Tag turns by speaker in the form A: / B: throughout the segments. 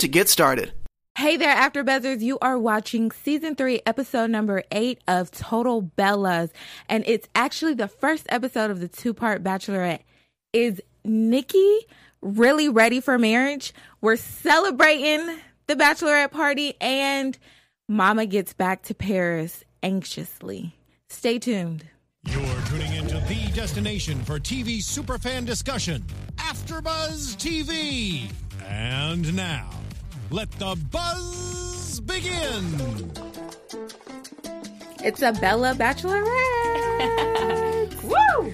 A: to get started.
B: Hey there, After Buzzers. You are watching season three, episode number eight of Total Bellas. And it's actually the first episode of the two part Bachelorette. Is Nikki really ready for marriage? We're celebrating the Bachelorette party, and Mama gets back to Paris anxiously. Stay tuned.
C: You're tuning into the destination for TV superfan discussion, AfterBuzz TV. And now, let the buzz begin.
B: It's a Bella Bachelorette.
D: Woo!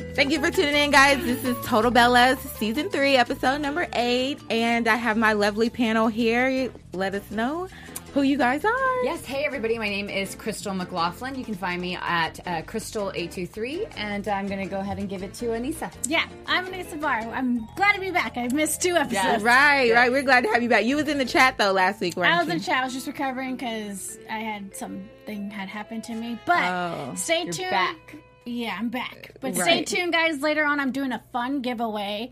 B: Woo! Thank you for tuning in, guys. This is Total Bellas, season three, episode number eight, and I have my lovely panel here. Let us know who you guys are.
D: Yes, hey everybody. My name is Crystal McLaughlin. You can find me at uh, Crystal823, and I'm going to go ahead and give it to Anissa.
E: Yeah, I'm Anissa Barr. I'm glad to be back. I missed two episodes.
D: Yes.
B: Right, right. We're glad to have you back. You was in the chat though last week, weren't
E: I was
B: you?
E: in chat. I was just recovering because I had something had happened to me. But
B: Oh,
E: stay
D: You're
E: tuned.
D: back.
E: Yeah, I'm back. But
B: Right.
E: stay tuned, guys. Later on, I'm doing a fun giveaway.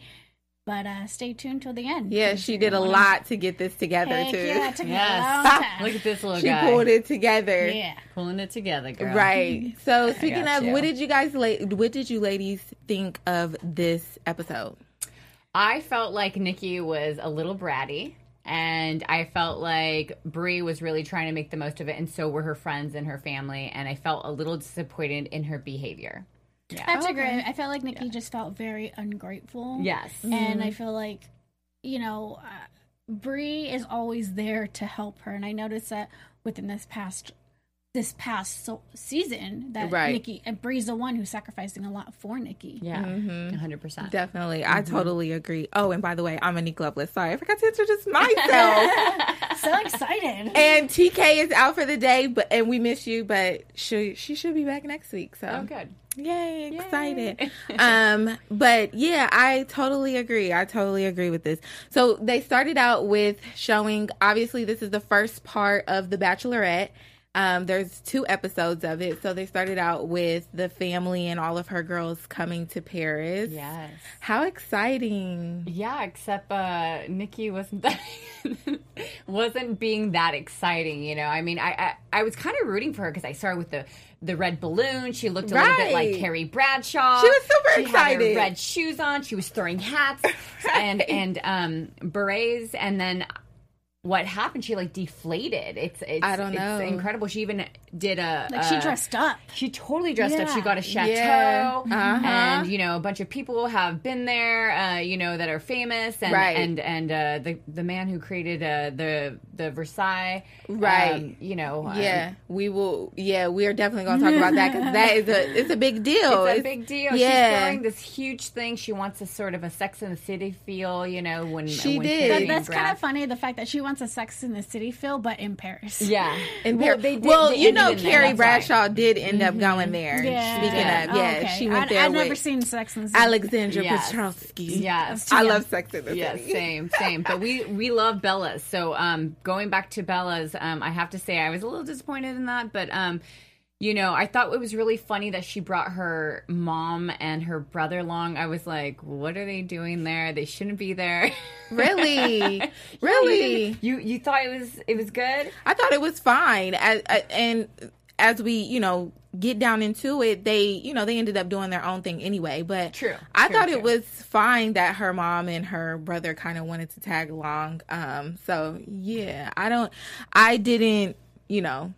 E: But uh, stay tuned till the end.
B: yeah, she did a lot to get this together
E: Heck
B: too.
E: yeah, it took me
D: Yes.
E: a long time.
D: Look at this little
B: she
D: guy
B: pulled it together.
E: Yeah.
D: pulling it together, girl.
B: Right. So speaking
D: got
B: of,
D: you.
B: what did you guys, la- what did you ladies think of this episode?
D: I felt like Nikki was a little bratty, and I felt like Brie was really trying to make the most of it, and so were her friends and her family. And I felt a little disappointed in her behavior.
E: I have to agree. I felt like Nikki just felt very ungrateful.
D: Yes.
B: Mm-hmm.
E: and I feel like you know uh, Bree is always there to help her, and I noticed that within this past this past so- season that
B: Right.
E: Nikki and Bree's the one who's sacrificing a lot for Nikki.
D: Yeah,
B: Mm-hmm.
D: 100%.
B: Definitely. I totally agree. Oh, and by the way, I'm Anique Loveless. Sorry, I forgot to introduce myself.
E: So excited!
B: and TK is out for the day, but and we miss you, but she she should be back next week. So
D: Oh, good.
B: Yay, excited. um, but yeah, I totally agree. I totally agree with this. So they started out with showing obviously this is the first part of The Bachelorette. Um, there's two episodes of it. So they started out with the family and all of her girls coming to Paris.
D: Yes.
B: How exciting.
D: Yeah, except uh, Nikki wasn't that wasn't being that exciting. You know, I mean, I I, I was kind of rooting for her because I saw her with the the red balloon. She looked a little bit like
B: Right.
D: Carrie Bradshaw.
B: She was super
D: She had her
B: excited.
D: red shoes on. She was throwing hats and and um berets, and then. What happened? She like deflated. It's, it's
B: I don't know.
D: It's incredible. She even did a
B: uh,
E: Like she
D: a-
E: dressed up.
D: she totally dressed up. She
E: Yeah.
D: got a chateau,
B: Yeah. Uh-huh.
D: and you know, a bunch of people have been there, uh, you know, that are famous, and
B: Right.
D: and and uh, the the man who created uh, the the Versailles,
B: Right.
D: um, you know, um,
B: Yeah, we will. Yeah, we are definitely going to talk about that because that is a Oh, it's a big deal.
D: it's a big deal. She's
B: Yeah,
D: throwing this huge thing. She wants a sort of a Sex in the City feel, you know. When
B: She
D: when
B: did.
D: Carrie
E: But
D: and
E: that's kind
D: Brad-
E: of funny. The fact that she wants a Sex in the City feel, but in Paris.
D: Yeah,
B: And
D: Well,
B: Par-
D: they did-
B: well,
D: they
B: you
D: ended
B: know,
D: in Mm-hmm. there,
B: Carrie
D: that's why.
B: Bradshaw did end up going there.
E: Yeah.
B: Speaking of,
E: Oh,
B: yeah,
E: okay.
B: she went
E: I,
B: there
E: I've
B: with
E: never seen Sex in the City.
B: Alexandra
D: Yes.
B: Petrovsky.
D: Yes.
B: I love Sex in the
D: Yeah,
B: City.
D: same, same. But we we love Bella's. So um, going back to Bella's, um, I have to say I was a little disappointed in that, but um, you know, I thought it was really funny that she brought her mom and her brother along. I was like, what are they doing there? They shouldn't be there.
B: Really,
D: You
B: really.
D: didn't- you you thought it was it was good?
B: I thought it was fine. As, I, and as we, you know, get down into it, they, you know, they ended up doing their own thing anyway. But
D: True.
B: I
D: True,
B: thought
D: true.
B: it was fine that her mom and her brother kind of wanted to tag along. Um, so yeah, I don't, I didn't, you know,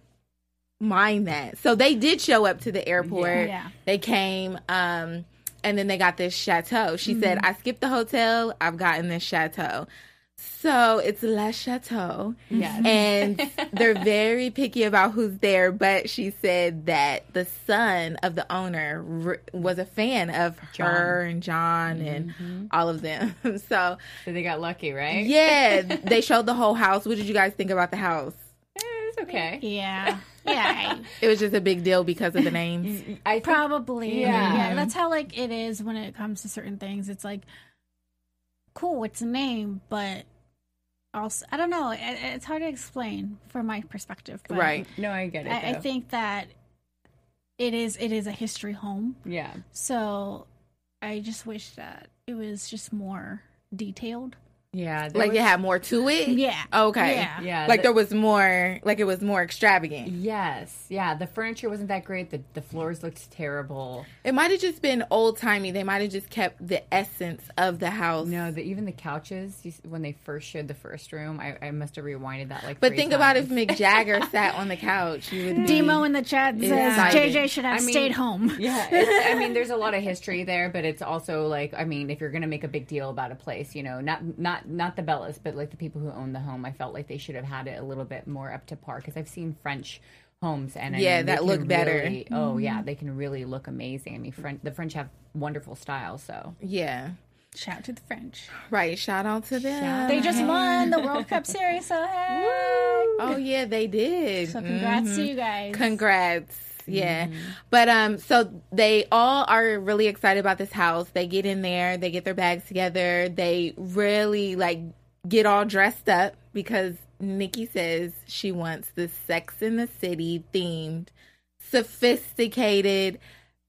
B: mind that. So they did show up to the airport.
E: Yeah.
B: They came.
D: Mm-hmm.
B: Um, and then they got this chateau. She said, I skipped the hotel. I've gotten this chateau. So it's La Chateau.
D: Yes.
B: And they're very picky about who's there, but she said that the son of the owner r- was a fan of her and John and all of them. so,
D: So they got lucky, right?
B: yeah, they showed the whole house. What did you guys think about the house?
D: Eh, it's okay.
E: Yeah. Yeah. I-
B: It was just a big deal because of the names.
D: I think
E: Probably.
D: Yeah.
E: Yeah. That's how like it is when it comes to certain things. It's like cool, it's a name, but also I don't know. It, it's hard to explain from my perspective. But
B: right.
D: No, I get it.
E: I, I
D: though.
E: think that it is it is a history home.
D: Yeah.
E: So I just wish that it was just more detailed.
D: Yeah. there
B: Like
D: was-
B: it had more to it?
E: Yeah.
B: Okay.
E: Yeah.
D: Yeah. Mm-hmm.
B: Like
D: the-
B: there was more, like it was more extravagant.
D: Yes. Yeah. The furniture wasn't that great. The the floors looked terrible.
B: It might have just been old timey. They might have just kept the essence of the house.
D: No, the, even the couches you, s- when they first showed the first room, I, I must have rewinded that like.
B: But
D: three
B: think about if
D: times.
B: Mick Jagger sat on the couch, you would be-
E: Demo in the chat says
B: Exciting.
E: JJ should have
D: Mm. I mean-
E: stayed home.
D: Yeah, it's, I mean, there's a lot of history there, but it's also like, I mean, if you're gonna make a big deal about a place, you know, not not not the Bellas, but like the people who own the home, I felt like they should have had it a little bit more up to par because I've seen French homes and I
B: Yeah,
D: mean, they
B: that
D: can
B: look better. Mm-hmm.
D: really- oh yeah, they can really look amazing. I mean, French the French have wonderful style, so
B: Yeah,
E: Shout out to the French.
B: right. Shout out to them.
E: They
D: Uh-huh.
E: just won the World Cup Series, so hey.
B: oh yeah, they did.
E: So congrats to
D: Mm-hmm.
E: you guys.
B: Congrats. Yeah. But um so they all are really excited about this house. They get in there, they get their bags together, they really like get all dressed up because Nikki says she wants the Sex in the City themed sophisticated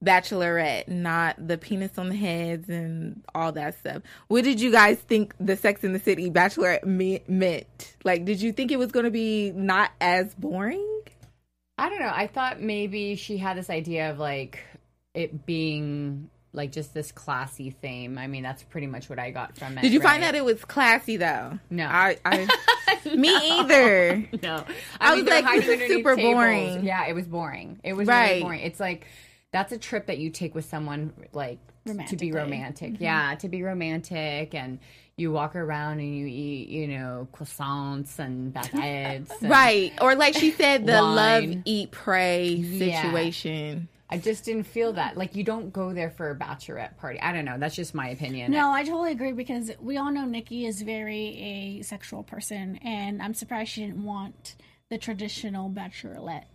B: bachelorette, not the penis on the heads and all that stuff. What did you guys think the Sex in the City bachelorette me- meant? Like did you think it was going to be not as boring?
D: I don't know. I thought maybe she had this idea of like it being like just this classy theme. I mean, that's pretty much what I got from it.
B: Did you
D: right?
B: find out it was classy though?
D: No.
B: I, I me either.
D: No,
B: I was
D: mean, they're
B: like,
D: hiding
B: this is
D: underneath
B: super
D: tables.
B: boring.
D: Yeah, it was boring. It was
B: Right.
D: really boring. It's like that's a trip that you take with someone like to be
E: Romantically.
D: romantic.
B: Mm-hmm.
D: Yeah, to be romantic, and you walk around and you eat, you know, croissants and baguettes. and-
B: Right. Or like she said, the
D: Wine.
B: love eat pray
D: Yeah.
B: situation.
D: I just didn't feel that. Like you don't go there for a bachelorette party. I don't know. That's just my opinion.
E: No, I totally agree because we all know Nikki is very a sexual person, and I'm surprised she didn't want the traditional bachelorette.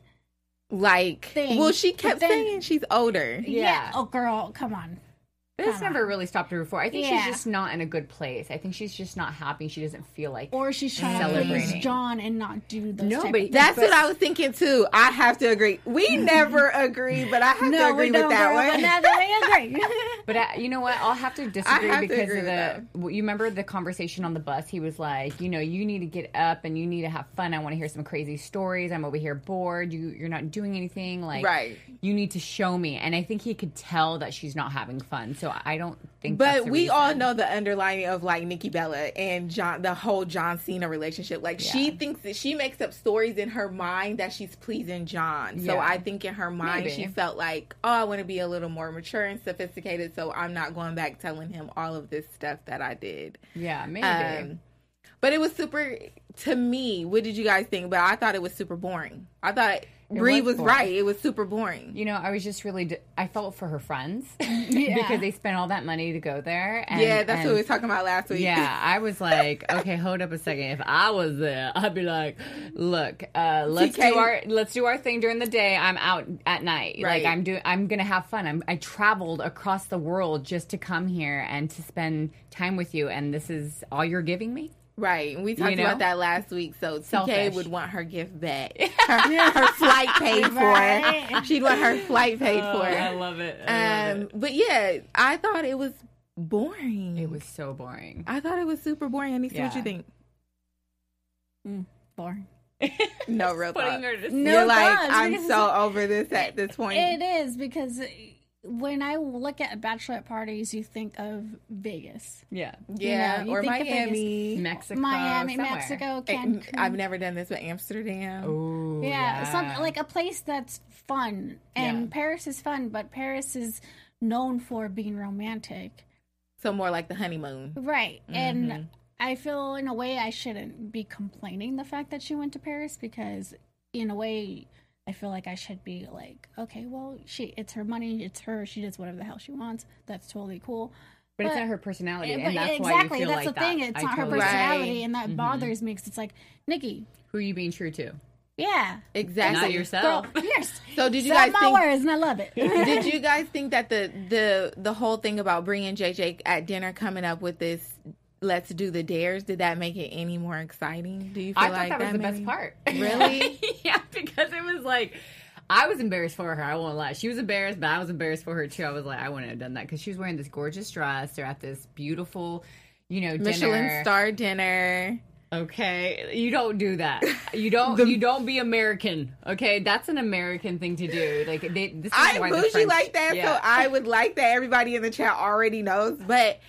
B: Like
E: Thing.
B: well she kept
E: But then-
B: saying she's older.
D: Yeah.
E: Oh, girl, come on.
D: But it's never really stopped her before. I think
E: Yeah.
D: she's just not in a good place. I think she's just not happy. She doesn't feel like.
E: Or she's trying to please
D: Celebrating.
E: John and not do those.
D: No,
E: type
D: but
E: of-
B: That's
D: But-
B: what I was thinking too. I have to agree. We never agree, but I have to
E: no,
B: agree
E: we
B: with
E: don't.
B: that
E: girl,
B: one.
E: But now that we agree.
D: But I, you know what? I'll have to disagree
B: have to
D: because
B: agree with
D: of the.
B: that.
D: well, You remember the conversation on the bus? He was like, you know, you need to get up and you need to have fun. I want to hear some crazy stories. I'm over here bored. You, you're not doing anything. Like,
B: Right.
D: You need to show me. And I think he could tell that she's not having fun. So I don't think. that's
B: But
D: the
B: we all
D: reason.
B: know the underlining of like Nikki Bella and John, the whole John Cena relationship. Like she thinks that she makes up stories in her mind that she's pleasing John. So
D: Yeah.
B: I think in her mind
D: Maybe.
B: she felt like, oh, I want to be a little more mature and sophisticated. So I'm not going back telling him all of this stuff that I did.
D: Yeah, maybe.
B: Um, but it was super to me. What did you guys think? But I thought it was super boring. I thought Bree was,
D: was boring.
B: right. It was super boring.
D: you know, I was just really. d- I felt for her friends
E: Yeah.
D: because they spent all that money to go there. And,
B: yeah, that's what
D: and-
B: we were talking about last week.
D: Yeah, I was like, okay, hold up a second. If I was there, I'd be like, look, uh, let's
B: TK
D: do our let's do our thing during the day. I'm out at night.
B: Right.
D: Like I'm doing. I'm gonna have fun. I'm, I traveled across the world just to come here and to spend time with you. And this is all you're giving me.
B: Right. and We talked
D: You know?
B: about that last week. So TK
D: Selfish.
B: would want her gift back. Her, her flight paid for.
E: Right.
B: She'd want her flight paid for.
D: Oh, love it.
B: Um, but yeah, I thought it was boring.
D: it was so boring.
B: I thought it was super boring. I need to see what
D: Yeah.
B: you think.
E: Boring.
B: No real thought.
E: No
B: You're like,
E: thoughts,
B: I'm
E: because
B: so over this at this point.
E: It is because when I look at bachelorette parties, you think of Vegas,
D: Yeah,
B: yeah,
E: you know, you
B: or
E: think of Vegas.
B: Miami.
D: Mexico,
E: Miami,
D: somewhere.
E: Mexico,
B: Eh,
E: Cancun.
B: I've never done this, but Amsterdam.
D: Ooh,
E: yeah, Some, like a place that's fun and
D: Yeah.
E: paris is fun but paris is known for being romantic
B: So more like the honeymoon.
D: Mm-hmm.
E: right and I feel in a way I shouldn't be complaining the fact that she went to Paris because in a way I feel like I should be like, okay, well, she it's her money, it's her, she does whatever the hell she wants. That's totally cool.
D: But, it's
E: uh, But-
D: not her personality,
E: Yeah,
D: Oh, and that's
E: exactly,
D: why you feel
E: that's
D: like
E: the thing.
D: that.
E: It's
D: I
E: not her
D: totally- Mm-hmm.
F: Right.
E: personality, and that bothers me because it's like, Nikki,
D: Who are you being true to?
E: yeah,
B: Exactly.
D: Not yourself.
E: girl, yes.
B: So did you guys
E: Set my
B: think?
E: words, and I love it.
B: did you guys think that the the the whole thing about bringing JJ at dinner coming up with this let's do the dares did that make it any more exciting? Do you feel
D: I thought
B: like
D: that was the best
B: maybe-
D: part.
B: Really?
D: yeah, because it was like I was embarrassed for her. I won't lie. She was embarrassed, but I was embarrassed for her too. I was like, I wouldn't have done that because she was wearing this gorgeous dress. They're at this beautiful, you know,
B: Michelin
D: dinner.
B: star dinner.
D: Okay, you don't do that. You don't. you don't be American. Okay, that's an American thing to do. Like they, this is
B: I'm
D: why the
B: bougie
D: French-
B: like that,
D: Yeah.
B: so I would like that. Everybody in the chat already knows, but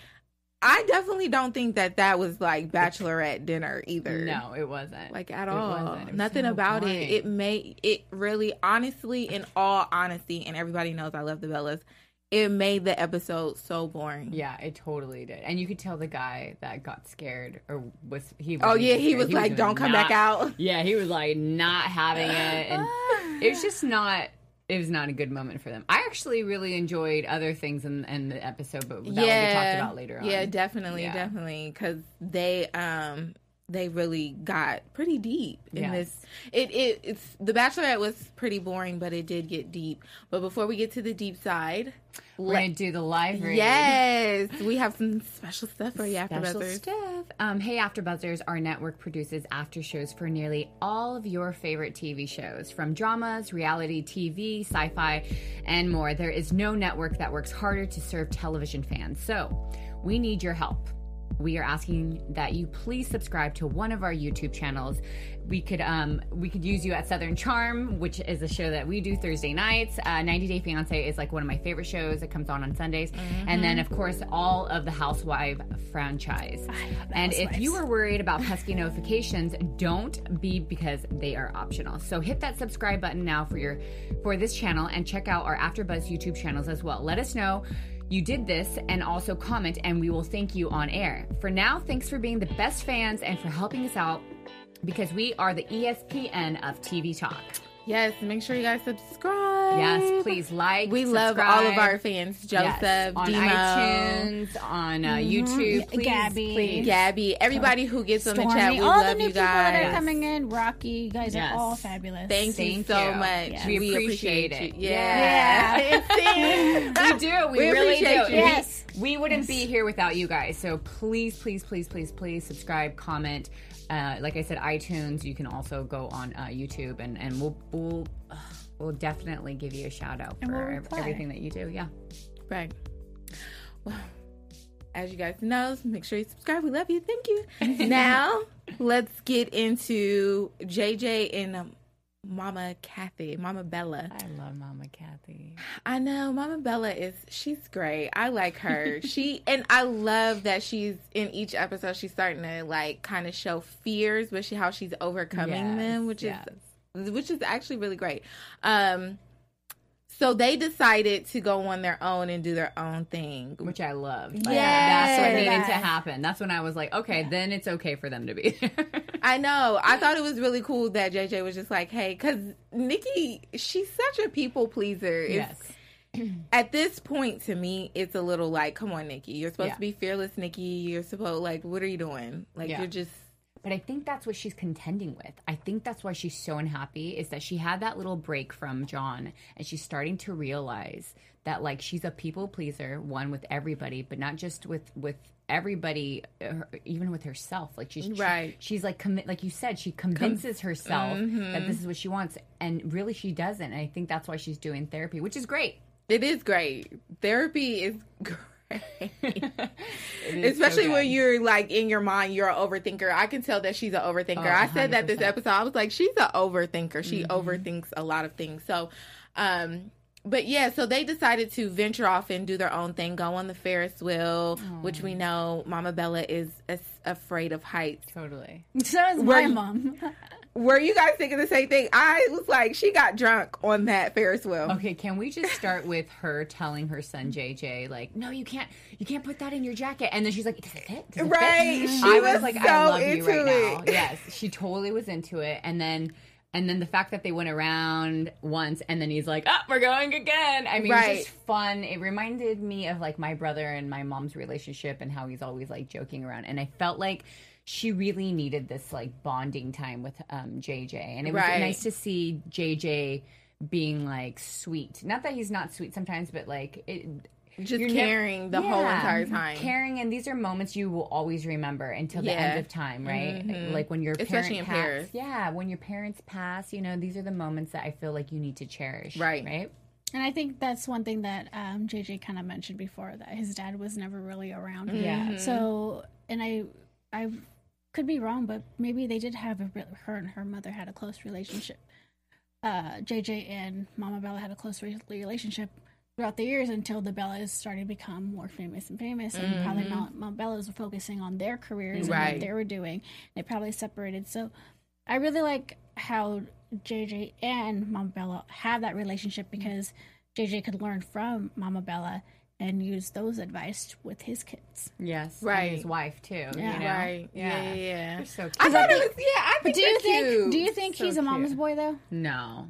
B: I definitely don't think that that was like bachelorette dinner either.
D: no, it wasn't
B: like at
D: It
B: all.
D: wasn't. It was
B: Nothing
D: so
B: about
D: boring.
B: it. It made it really, honestly, in all honesty, and everybody knows I love the Bellas. It made the episode so boring.
D: Yeah, it totally did, and you could tell the guy that got scared or was he.
B: Oh
D: wasn't
B: yeah, he
D: scared.
B: was like, "Don't come
D: not-
B: back out."
D: Yeah, he was like not having it, and it was just not. It was not a good moment for them. I actually really enjoyed other things in, in the episode, but that will be talked about later on.
B: Yeah, definitely,
D: Yeah.
B: definitely, because they um they really got pretty deep in
D: Yes.
B: this. It it it's the Bachelorette was pretty boring, but it did get deep. But before we get to the deep side,
D: We're gonna do the live read.
B: yes, we have some special stuff for you after
D: Special
B: Buzzers.
D: stuff. Um, hey, AfterBuzzers, our network produces after shows for nearly all of your favorite TV shows, from dramas, reality TV, sci-fi, and more. There is no network that works harder to serve television fans. So, we need your help. We are asking that you please subscribe to one of our YouTube channels. We could um, we could use you at Southern Charm, which is a show that we do Thursday nights. Uh, 90 Day Fiance is like one of my favorite shows. It comes on on Sundays, and then of course all of the Housewife franchise. And if you are worried about pesky notifications, don't be because they are optional. So hit that subscribe button now for your for this channel and check out our AfterBuzz YouTube channels as well. Let us know you did this and also comment, and we will thank you on air. For now, thanks for being the best fans and for helping us out because we are the E ESPN of TV Talk.
B: Yes, make sure you guys subscribe.
D: Yes, please like.
B: We love all of our fans: Joseph,
D: Yes, on
B: Demo, Mm-hmm.
D: iTunes, on uh, YouTube. Please,
E: Gabby.
D: please.
B: Gabby, everybody who gets on the chat.
E: Stormy,
B: We
E: all the
B: love
E: new
B: you
E: people that are
B: guys.
E: coming in, Rocky, you guys
D: Yes.
E: are all fabulous.
B: Thank, you
D: Thank
B: so
D: you.
B: much.
D: Yes. We appreciate it.
B: you. Yeah.
D: We do. We,
B: We
D: really do.
B: appreciate you.
E: Yes.
D: We, we wouldn't be here without you guys. So please, please, please, please, please subscribe, comment. Uh, like I said, iTunes. You can also go on uh, YouTube, and and we'll we'll ugh, we'll definitely give you a shout out
E: And we'll
D: for
E: reply.
D: everything that you do. Yeah.
B: right. Well, as you guys know, make sure you subscribe. We love you. Thank you. now, let's get into JJ and um, Mama Kathy, Mama Bella.
D: I love Mama Kathy.
B: I know Mama Bella is she's great. I like her. she and I love that she's in each episode she's starting to like kind of show fears, but she how she's overcoming
D: Yes,
B: them, which
D: yes.
B: is which is actually really great. Um so they decided to go on their own and do their own thing.
D: Which I love.
B: Yes.
D: that's what needed to
E: Yes.
D: happen. That's when I was like, okay, then it's okay for them to be there.
B: I know. I thought it was really cool that JJ was just like, "Hey, cuz Nikki, she's such a people pleaser. It's-
D: yes.
B: at this point to me it's a little like come on nikki you're supposed
D: Yeah.
B: to be fearless nikki you're supposed like what are you doing like
D: Yeah.
B: you're just
D: But I think that's what she's contending with. I think that's why she's so unhappy is that she had that little break from John and she's starting to realize that like she's a people pleaser, one with everybody, but not just with with everybody, uh, her- even with herself. Like she's
B: Right.
D: She's like commi- like you said, she convinces herself that this is what she wants, and really she doesn't. And I think that's why she's doing therapy, which is great.
B: it is great therapy is great
D: It is so
B: especially when
D: good.
B: you're like in your mind you're an overthinker i can tell that she's an overthinker i said that this
D: Oh, 100%. Mm-hmm.
B: episode i was like she's an overthinker she overthinks a lot of things so um but yeah so they decided to venture off and do their own thing go on the ferris wheel which we know mama bella is, is afraid of heights
D: totally
E: So is
B: Were
E: my
B: you-
E: mom.
B: Were you guys thinking the same thing? I was like, she got drunk on that Ferris wheel.
D: Okay, can we just start with her telling her son JJ like, "No, you can't. You can't put that in your jacket." And then she's like, "Does it fit?" Does it fit?"
B: Right, she
D: I was,
B: was
D: like,
B: so
D: "I love you
B: into
D: right now."
B: it.
D: Yes, she totally was into it. And then and then the fact that they went around once and then he's like, "Up, we're going again." I mean,
B: Right.
D: it's just fun. It reminded me of like my brother and my mom's relationship and how he's always like joking around. And I felt like she really needed this like bonding time with um JJ. And it was
B: Right.
D: nice to see JJ being like sweet. Not that he's not sweet sometimes, but like it
B: Just
D: you're nev-
B: caring the whole
D: Yeah.
B: entire time.
D: Caring and these are moments you will always remember until the
B: Yeah. Mm-hmm.
D: end of time, right? Like when your
B: Especially in
D: parent
B: Paris.
D: pass- Yeah, when your parents pass, you know, these are the moments that I feel like you need to cherish.
B: Right.
D: Right?
E: And I think that's one thing that um, JJ kind of mentioned before that his dad was never really around.
D: Yeah.
E: So, and I, I could be wrong, but maybe they did have a re- her and her mother had a close relationship. Uh, JJ and Mama Bella had a close re- relationship throughout the years until the Bellas started to become more famous and famous, and probably Ma- Mama Bella was focusing on their careers and
B: Mm-hmm. Right.
E: what they were doing. They probably separated. So, I really like how JJ and Mama Bella have that relationship because JJ could learn from Mama Bella and use those advice with his kids.
D: Yes. and
B: Right.
D: his wife too. you
E: Yeah.
D: know?
B: Right. Yeah, yeah, yeah.
D: They're so cute.
B: I thought it was. Yeah, I think.
E: But do you
B: they're
E: think
B: cute.
E: do you think
B: So
E: he's a mama's
B: cute.
E: boy though?
D: no.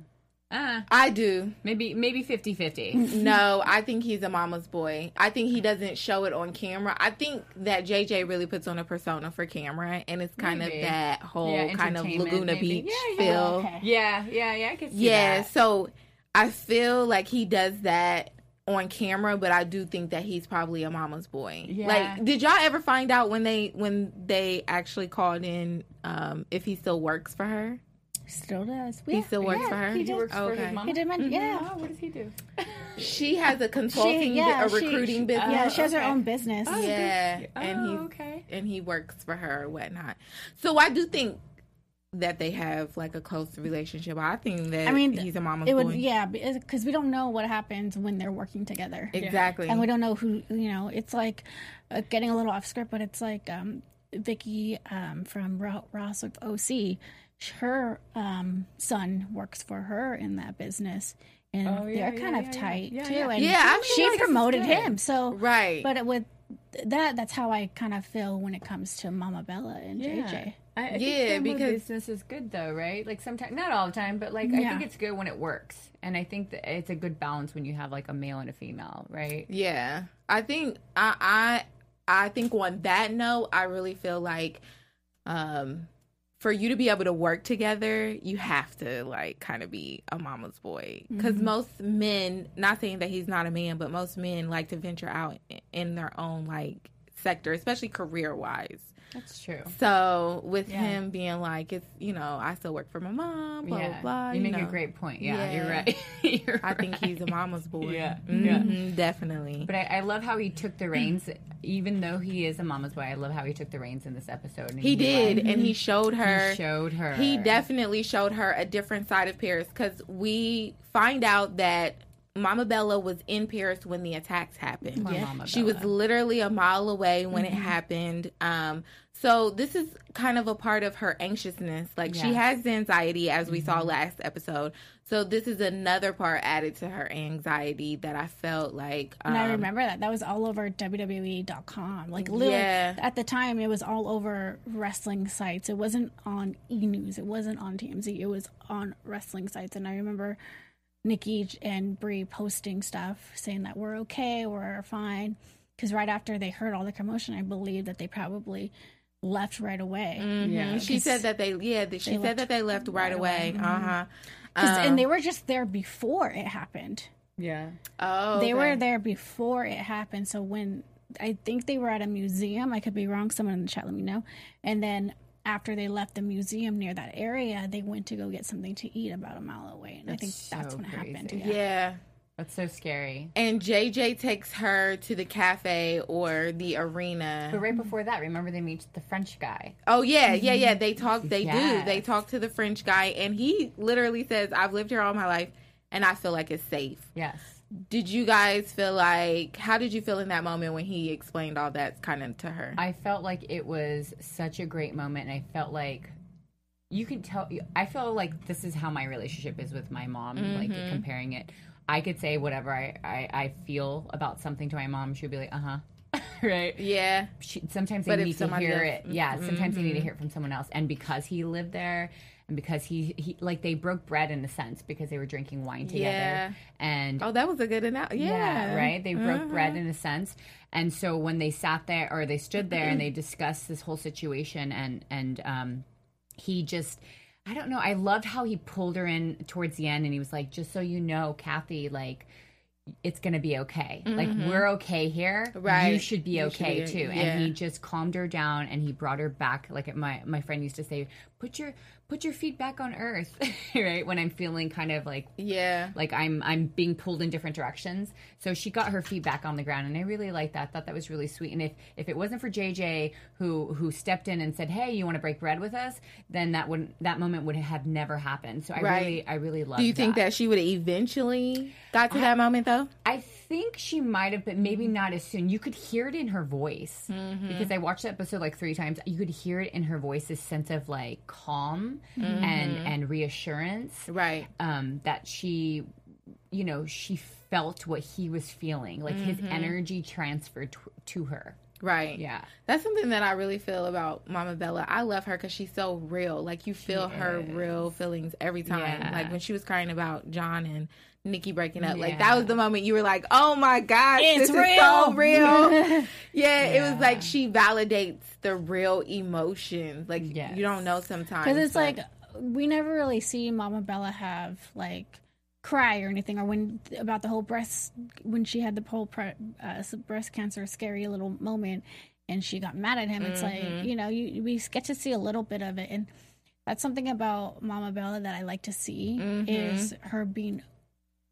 D: Uh,
B: I do.
D: maybe maybe 50-50.
B: No, I think he's a mama's boy. I think he doesn't show it on camera. I think that JJ really puts on a persona for camera, and it's kind
D: Maybe.
B: of that whole
D: Yeah,
B: kind of
D: entertainment,
B: Laguna
D: maybe.
B: Beach
D: Yeah, yeah.
B: feel.
E: Okay.
D: yeah, yeah, yeah. I could see
B: Yeah,
D: that.
B: so I feel like he does that on camera, but I do think that he's probably a mama's boy.
D: Yeah.
B: Like, did y'all ever find out when they when they actually called in um if he still works for her?
E: Still does.
B: He still works for her.
E: He did.
D: Works for his mom. Mm-hmm.
E: He did mention, yeah.
D: what does he do?
B: She has a consulting,
E: She, yeah,
B: a
E: she-
B: recruiting
E: she-
B: business.
E: Yeah, she has her own business.
B: Oh, yeah, and
D: Oh,
B: he
D: okay.
B: and he works for her or whatnot. So I do think that they have like a close relationship. I think that
E: I mean,
B: he's a mama's
E: it
B: boy.
E: would, yeah, because we don't know what happens when they're working together.
B: Exactly.
E: And we don't know who, you know, it's like uh, getting a little off script, but it's like um, Vicky um, from Ro- Ross of OC, her um, son works for her in that business. And
B: Oh,
E: they're kind of tight too. And
B: Yeah, I feel
E: she
B: like this is
E: promoted
B: good.
E: him. So,
B: Right.
E: But it, with that, that's how I kind of feel when it comes to Mama Bella and JJ.
D: I, I think
B: Yeah,
D: family
B: because-
D: business is good though, right? Like sometimes, not all the time, but like I
E: Yeah.
D: think it's good when it works, and I think that it's a good balance when you have like a male and a female, right?
B: Yeah, I think I I I think on that note, I really feel like um for you to be able to work together, you have to like kind of be a mama's boy because
D: Mm-hmm.
B: most men, not saying that he's not a man, but most men like to venture out i- in their own like sector, especially career wise.
D: That's true.
B: So with him being like, it's you know, I still work for my mom, blah
D: yeah,
B: blah blah.
D: you make
B: know.
D: a great point. Yeah, you're
B: Yeah.
D: right. You're
B: I think
D: right.
B: he's a mama's boy.
D: Yeah, yeah.
B: Mhm, definitely.
D: But I, I love how he took the reins, even though he is a mama's boy. I love how he took the reins in this episode. and
B: He did,
D: like,
B: and he showed her.
D: Mm-hmm. showed her.
B: He definitely showed her a different side of Paris because we find out that Mama Bella was in Paris when the attacks happened.
D: Poor Mama
B: She was
D: Bella. Mm-hmm.
B: literally a mile away when it happened. Um, so this is kind of a part of her anxiousness. Like she
D: Yes. Mm-hmm.
B: has anxiety, as we saw last episode. So this is another part added to her anxiety that I felt like. Um,
E: And I remember that. That was all over WWE.com. Like, literally,
B: Yeah.
E: at the time, it was all over wrestling sites. It wasn't on e news, it wasn't on TMZ, it was on wrestling sites. And I remember Nikki and Brie posting stuff saying that we're okay, we're fine. Because right after they heard all the commotion, I believe that they probably left right away.
D: Yeah.
B: um, She said that they, yeah, that she said
E: left
B: that they left right away. Uh huh.
E: 'Cause-
B: Um,
E: and they were just there before it happened.
D: Yeah.
B: Oh,
E: They were
B: okay.
E: there before it happened. So when I think they were at a museum, I could be wrong. Someone in the chat, let me know. And then after they left the museum near that area, they went to go get something to eat about a mile away. And I think that's
D: so
E: when it happened.
D: crazy.
E: Yeah.
B: Yeah.
D: That's so scary.
B: And JJ takes her to the cafe or the
D: But
B: arena.
D: right before that, remember they meet the French guy.
B: Oh yeah, yeah, yeah. They talk. They
D: Yes.
B: do. They talk to the French guy, and he literally says, "I've lived here all my life, and I feel like it's safe."
D: Yes.
B: Did you guys feel like? How did you feel in that moment when he explained all that kind of to her?
D: I felt like it was such a great moment, and I felt like you can tell. I feel like this is how my relationship is with my mom. Like
B: Mm-hmm.
D: comparing it, I could say whatever I, I I feel about something to my mom. She'd be like, uh huh, right?
B: Yeah.
D: she, sometimes they
B: But if Mm-hmm.
D: need to
B: somebody
D: hear
B: else-
D: it. Yeah, sometimes they need to hear it from someone else. And because he lived there, and because he, he like they broke bread in a sense because they were drinking wine together.
B: Yeah.
D: And
B: Oh, that was a good analogy. Yeah. uh-huh.
D: yeah, right. They broke bread in a sense. And so when they sat there or they stood there and they discussed this whole situation, and and um, he just. I don't know. I loved how he pulled her in towards the end and he was like, just so you know, Kathy, like, it's going to be okay. Like, we're okay here. You
B: Mm-hmm. Right.
D: should be
B: You should
D: okay
B: be-
D: too.
B: yeah.
D: And he just calmed her down and he brought her back. Like my, my friend used to say, put your, put your feet back on earth, right? When I'm feeling kind of like
B: Yeah.
D: like i'm i'm being pulled in different directions so she got her feet back on the ground and i really liked that thought that was really sweet and if if it wasn't for jj who who stepped in and said hey you want to break bread with us then that wouldn't that moment would have never happened so i
B: Right.
D: really i really love
B: Do you think that she would have eventually got to that moment though?
D: I think she might have, but maybe not as soon. You could hear it in her voice
B: Mm-hmm.
D: because I watched that episode like three times. You could hear it in her voice, this sense of like calm
B: Mm-hmm.
D: and and reassurance,
B: Right.
D: Um, that she, you know, she felt what he was feeling, like his
B: Mm-hmm.
D: energy transferred t- to her.
B: Right.
D: Yeah.
B: That's something that I really feel about Mama Bella. I love her because she's so real. Like you feel her real feelings every time.
D: Yeah.
B: Like when she was crying about John and Nikki breaking up. Like
D: Yeah.
B: that was the moment you were like, "Oh my gosh, this
D: It's
B: is so
D: real."
B: real." yeah, it was like she validates the real emotions. Like
D: Yes.
B: you don't know sometimes
E: Because it's
B: but-
E: like we never really see Mama Bella have like cry or anything, or when about the whole breast when she had the whole pre, uh, s- breast cancer scary little moment, and she got mad at him. It's
B: Mm-hmm.
E: like you know you we get to see a little bit of it, and that's something about Mama Bella that I like to see
B: Mm-hmm.
E: is her being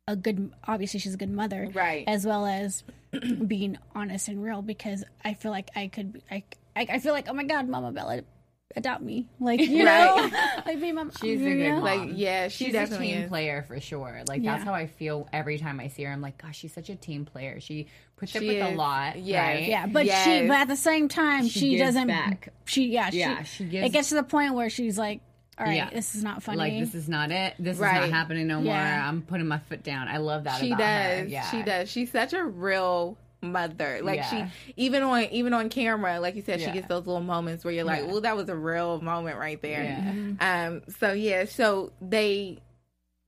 E: a good. Obviously, she's a good mother,
B: Right.
E: As well as being honest and real, because I feel like I could be- I. I I feel like, oh my God, Mama Bella, adopt me. Like, you
B: Right.
E: know, like be my mom.
D: She's
E: you
D: a good mom.
E: know?
B: Like, yeah, she
D: um, she's
B: definitely
D: a team
B: is.
D: player for sure. Like that's
E: Yeah.
D: how I feel every time I see her. I'm like, gosh, she's such a team player. She puts up
B: She
D: with a
B: is.
D: lot.
B: Yes.
D: right?
E: Yeah, but
B: Yes.
E: she, but at the same time, she,
D: gives
E: doesn't.
D: back.
E: She, yeah,
D: Yeah,
E: she,
D: she gives-
E: It gets to the point where she's like, all right,
D: Yeah.
E: this is not funny.
D: Like this is not it. This
B: Right.
D: is not happening no more.
E: Yeah.
D: I'm putting my foot down. I love that.
B: she
D: about her.
B: does
D: Yeah.
B: she does she's such a real mother like
D: Yeah.
B: she even on even on camera like you said she
D: Yeah.
B: gets those little moments where you're like
D: Yeah.
B: well that was a real moment right there
D: Yeah.
B: um so yeah so they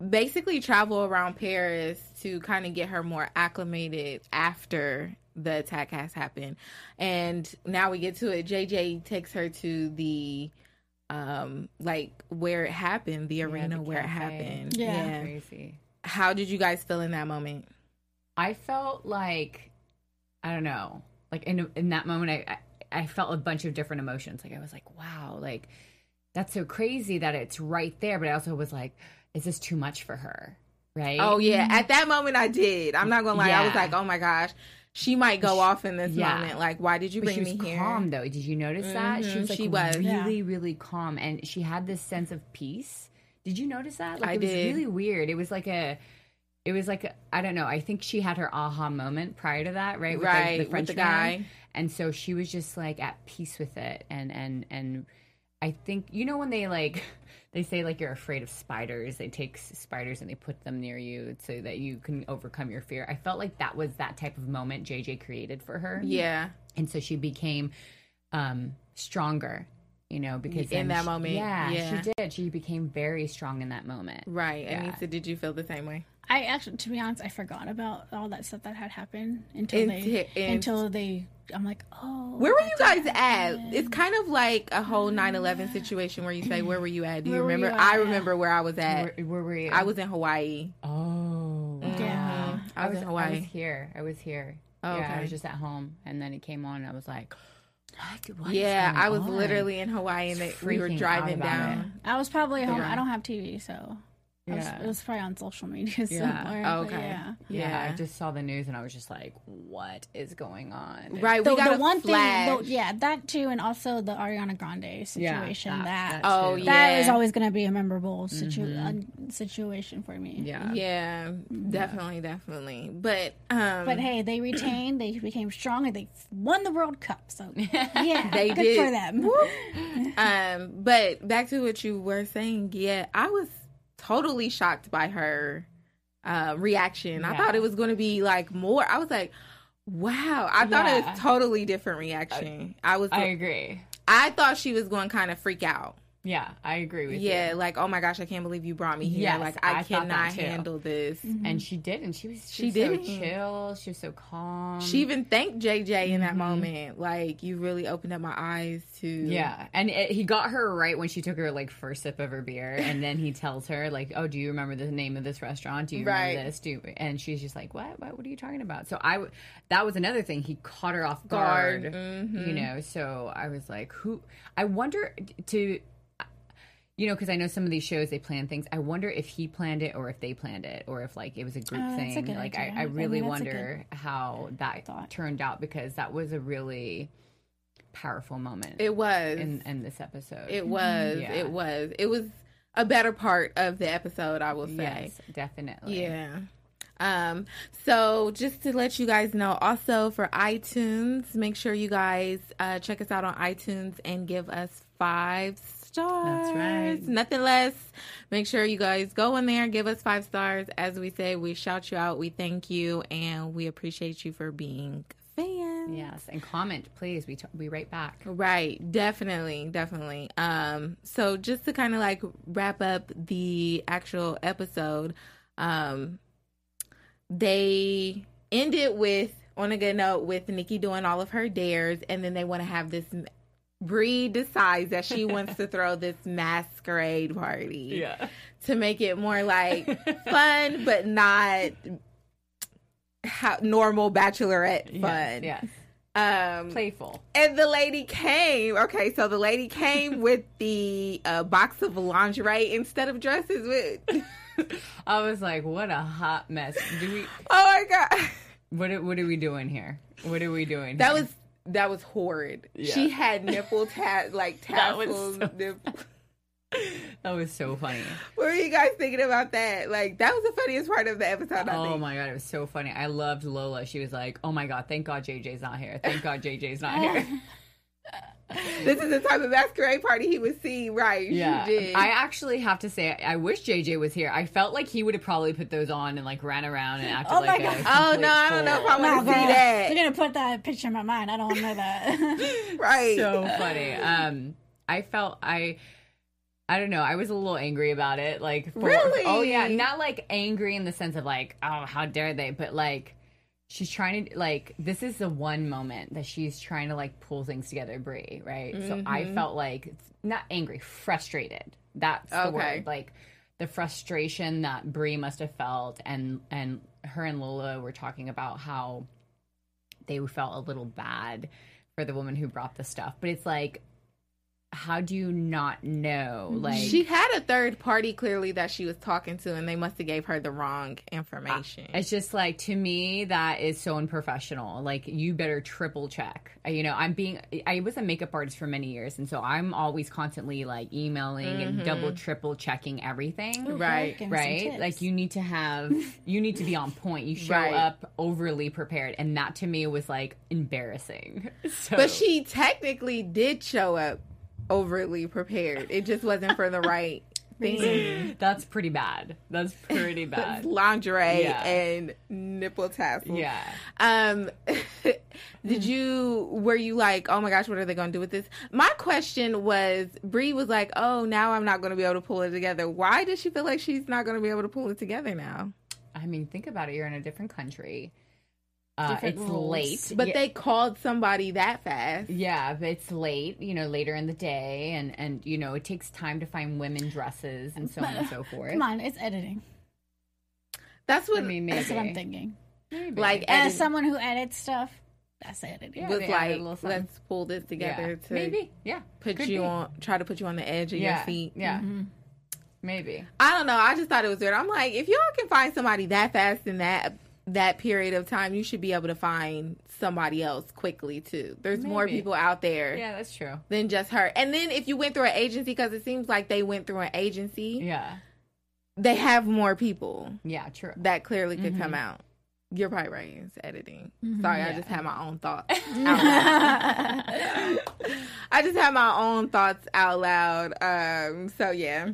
B: basically travel around paris to kind of get her more acclimated after the attack has happened and now we get to it jj takes her to the um like where it happened the
D: the
B: arena where it
D: cafe.
B: happened
E: Yeah.
D: Crazy.
B: how did you guys feel in that moment
D: I felt like I don't know. Like in in that moment, I, I I felt a bunch of different emotions. Like I was like, wow, like that's so crazy that it's right there. But I also was like, is this too much for her? Right?
B: Oh yeah, at that moment I did. I'm not gonna lie. I was
D: Yeah.
B: like, oh my gosh, she might go off in this
D: yeah.
B: moment. Like, why did you
D: But
B: bring
D: she was
B: me here?
D: calm though. Did you notice that
B: Mhm,
D: she was like
B: she was.
D: really, really calm, and she had this sense of peace. Did you notice that? Like
B: I
D: it was
B: did.
D: really weird. It was like a, it was like I I don't know. I think she had her aha moment prior to that, right? like,
B: Right, with the
D: man.
B: guy.
D: and so she was just like at peace with it, and and and I think you know when they like. They say like you're afraid of spiders. They take s- spiders and they put them near you so that you can overcome your fear. I felt like that was that type of moment JJ created for her
B: Yeah,
D: and so she became um stronger you know because
B: In
D: then
B: that
D: she-
B: moment,
D: yeah,
B: yeah.
D: she did she became very strong in that moment
B: right.
D: Yeah.
B: Anissa, did you feel the same way?
E: I actually, to be honest, I forgot about all that stuff that had happened until
B: Until-
E: they,
B: and-
E: until they. I'm like, oh,
B: Where were you
E: that's-
B: guys at? It's kind of like a whole 9/11 situation where you say, "Where were you at?" Do you
E: Where were you
B: remember?
E: at?
B: I remember where I was at.
D: where, where were you
B: I was in Hawaii.
D: oh wow.
E: Yeah.
B: I was in
D: I
B: Hawaii.
D: was here I was here
B: Oh,
D: yeah,
B: okay.
D: I was just at home and then it came on and I was like what, What is
B: Yeah,
D: going
B: I was
D: on?
B: literally in Hawaii, and
D: It's
B: they, we were
D: freaking out
B: driving
D: about
B: down.
D: it.
E: I was probably home. I don't have TV, so It was-
D: Yeah.
E: It was probably on social media
D: Yeah.
E: somewhere.
D: Oh,
E: but
D: okay.
E: Yeah.
D: Yeah.
B: Yeah.
D: I just saw the news and I was just like, what is going on?
B: Right,
E: The,
B: we got
E: the
B: a
E: one
B: flag.
E: thing, the, yeah, that too, and also the Ariana Grande
D: Yeah.
E: situation.
D: that-
E: that
D: that
B: Oh,
D: too.
B: yeah.
E: that is always going to be a memorable situ- uh, situation for me.
D: Yeah.
B: yeah, definitely, definitely. But um,
E: But hey, they retained. They became strong, and they won the World Cup. So yeah,
B: They
E: good
B: did.
E: for them.
B: um, but back to what you were saying. Yeah, I was totally shocked by her uh, reaction. I
D: Yeah.
B: thought it was going to be like more. I was like, wow. I thought it
D: Yeah.
B: was totally different reaction. I was.
D: I
B: I,
D: agree.
B: thought she was going to kind of freak out.
D: Yeah, I agree with you.
B: Yeah, like oh my gosh, I can't believe you brought me here.
D: Yes,
B: like I,
D: I thought that
B: cannot
D: too. Mm-hmm.
B: handle this.
D: And she did, and she was she,
B: She
D: was so
B: didn't.
D: chill. She was so calm.
B: She even thanked JJ in
D: Mm-hmm.
B: that moment. Like you really opened up my eyes to
D: yeah, and it, he got her right when she took her like first sip of her beer, and then he tells her like, "Oh, do you remember the name of this restaurant? Do you
B: Right.
D: remember this?" Do you-" and she's just like, "What? What? What are you talking about?" So I, w- that was another thing. He caught her off guard,
B: Guard, mhm.
D: you know. So I was like, "Who?" I wonder to, you know, because I know some of these shows they plan things. I wonder if he planned it or if they planned it or if like it was a group
E: Oh, that's a
D: thing.
E: good
D: like
E: idea.
D: I, I
E: I mean,
D: really
E: that's a
D: wonder how that
E: thought.
D: turned out because that was a really powerful moment
B: It was.
D: in, in this episode.
B: It was.
D: Mm-hmm. Yeah.
B: It was. It was a better part of the episode, I will say.
D: yes, definitely.
B: Yeah. Um, so just to let you guys know, also for iTunes, make sure you guys uh, check us out on iTunes and give us five stars.
D: right.
B: Nothing less. Make sure you guys go in there, give us five stars. As we say, we shout you out, we thank you, and we appreciate you for being fans.
D: Yes, and comment, please. We t- we write back.
B: Right, definitely, definitely. Um, so just to kind of like wrap up the actual episode, um, they ended with on a good note with Nikki doing all of her dares, and then they want to have this. Bree decides that she wants to throw this masquerade party to make it more like fun, but not how, normal bachelorette fun.
D: Yes,
B: Um,
D: playful.
B: and the lady came. Okay, so the lady came with the uh, box of lingerie instead of dresses. With oh
D: I was like, what a hot mess. Do we?
B: oh my god,
D: What are, what are we doing here? What are we doing?
B: that
D: here?
B: was that was horrid. She had nipple tat like
D: That was
B: tassels.
D: so
B: nipple.
D: that was so funny.
B: What were you guys thinking about that? Like that was the funniest part of the episode. I
D: Oh
B: think.
D: my god, it was so funny. I loved Lola. She was like, "Oh my god, thank God JJ's not here. Thank God JJ's not here."
B: This is the type of masquerade party he would see. Right?
D: Yeah,
B: She did.
D: I actually have to say, I wish JJ was here. I felt like he would have probably put those on and like ran around and acted
E: Oh my
D: like. a
B: oh
E: God.
D: complete
B: no, I don't know if
D: fool.
B: I want to see that.
E: You're gonna put that picture in my mind. I don't know that.
B: Right?
D: so funny. Um, I felt I. I don't know. I was a little angry about it. Like, for,
B: Really?
D: Oh yeah, not like angry in the sense of like, oh, how dare they? But like, she's trying to like. This is the one moment that she's trying to like pull things together, Brie. Right. So I
B: Mm-hmm.
D: felt like it's not angry, frustrated. That's the
B: Okay.
D: word. Like the frustration that Brie must have felt, and and her and Lola were talking about how they felt a little bad for the woman who brought the stuff. But it's like, how do you not know? Like,
B: she had a third party clearly that she was talking to, and they must have gave her the wrong information.
D: it's just like to me that is so unprofessional. Like, you better triple check. Uh, You know, I'm being I was a makeup artist for many years, and so I'm always constantly like emailing
B: Mm-hmm.
D: and double triple checking everything.
B: Right,
E: Give me some
D: right
E: tips.
D: like you need to have you need to be on point you show
B: Right.
D: up overly prepared and that to me was like embarrassing so
B: But she technically did show up overly prepared. It just wasn't for the right thing.
D: that's pretty bad that's pretty bad
B: Lingerie
D: Yeah.
B: and nipple tassels.
D: yeah
B: Um did you were you like, "Oh my gosh, what are they going to do with this?" My question was Bree was like, "Oh, now I'm not going to be able to pull it together." Why does she feel like she's not going to be able to pull it together now?
D: I mean, think about it. You're in a different country. Uh,
E: Different
D: it's
E: rules.
D: late,
B: But
D: yeah,
B: they called somebody that fast.
D: yeah, but it's late. You know, later in the day, and and you know, it takes time to find women dresses and so on and so forth.
E: Come on, it's editing.
B: That's what
D: I mean, maybe
E: That's what I'm thinking.
D: Maybe.
B: like
E: As
B: edit-
E: someone who edits stuff, that's editing.
D: Yeah.
B: was
D: they added a little
B: like,
D: something.
B: "Let's pull this
D: yeah.
B: together to
D: maybe yeah
B: put
D: could
B: you
D: be.
B: on try to put you on the edge of
D: yeah
B: your seat
D: yeah Maybe.
B: I don't know. I just thought it was weird. I'm like, if y'all can find somebody that fast in that that period of time, you should be able to find somebody else quickly too. There's more
D: Maybe.
B: people out there
D: Yeah, that's true.
B: than just her. And then if you went through an agency, because it seems like they went through an agency,
D: Yeah.
B: they have more people
D: Yeah, true.
B: that clearly could come
D: Mm-hmm.
B: out. You're probably right. It's editing. Sorry, I just had my own thoughts. out loud. I just had my own thoughts out loud. Um, so yeah,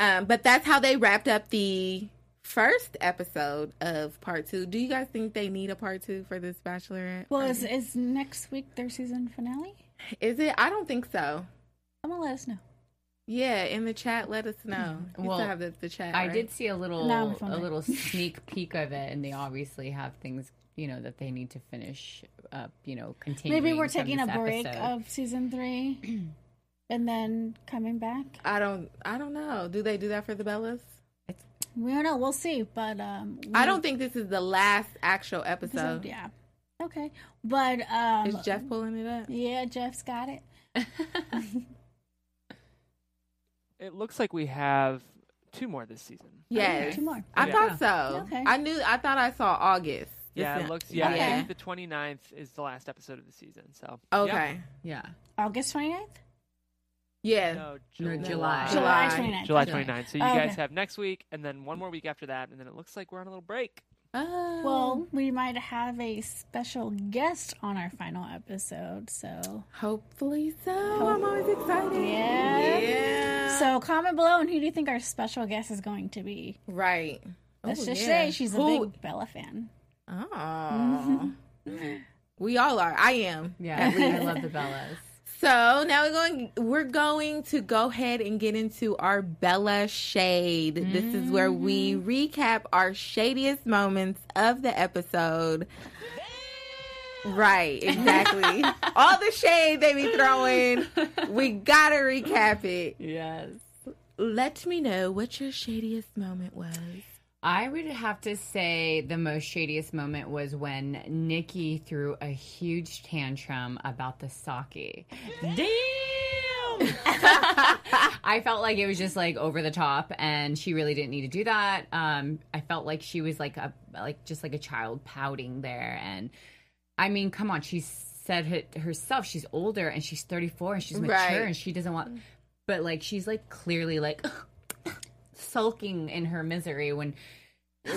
B: um, but that's how they wrapped up the first episode of part two. Do you guys think they need a part two for this Bachelorette?
E: Well, is, is next week their season finale?
B: Is it? I don't think so.
E: Someone let us know.
B: Yeah, in the chat, let us know. You
D: Mm-hmm. Well,
B: still have the, the chat.
D: I
B: right?
D: did see a little
E: No, I'm fine.
D: a little sneak peek of it, and they obviously have things you know that they need to finish up. You know, continuing.
E: Maybe we're
D: from
E: taking a
D: this
E: break
D: episode.
E: of season three and then coming back.
B: I don't. I don't know. Do they do that for the Bellas?
E: We don't know. We'll see. But um,
B: I don't think this is the last actual
E: we-
B: episode.
E: Yeah. Okay. But um,
B: Is Jeff pulling it up?
E: yeah, Jeff's got it.
G: It looks like we have two more this season.
B: Yes.
E: Two more.
B: I
G: Yeah.
B: thought so.
E: Okay.
B: I knew. I thought I saw August.
G: Yeah,
B: This-
G: it looks. Yeah, I
B: Yeah.
G: think the 29th is the last episode of the season. So yeah.
B: Okay.
D: yeah,
E: August 29th?
B: Yeah.
G: No,
D: No, July.
G: July.
E: July
B: July.
E: 29th.
G: July
E: Okay.
G: 29th. So you
E: Okay.
G: guys have next week, and then one more week after that, and then it looks like we're on a little break.
B: Oh.
E: Well, we might have a special guest on our final episode. So,
B: hopefully so. I'm always excited.
E: Yeah.
B: Yeah.
E: so comment below and who do you think our special guest is going to be?
B: right.
E: Let's
B: Oh,
E: just
B: yeah.
E: say she's a
B: Who-
E: big Bella fan.
B: Oh. we all are. I am.
D: yeah. I love the Bellas.
B: So now we're going. We're going to go ahead and get into our Bella shade. This is where we recap our shadiest moments of the episode. Right, exactly. All the shade they be throwing, we gotta recap it.
D: Yes.
B: Let me know what your shadiest moment was.
D: I would have to say the most shadiest moment was when Nikki threw a huge tantrum about the sake. Damn! I felt like it was just like over the top, and she really didn't need to do that. Um, I felt like she was like a like just like a child pouting there, and I mean, come on, she said it herself. She's older and she's thirty four and she's mature
B: Right.
D: and she doesn't want, but like she's like clearly like sulking in her misery when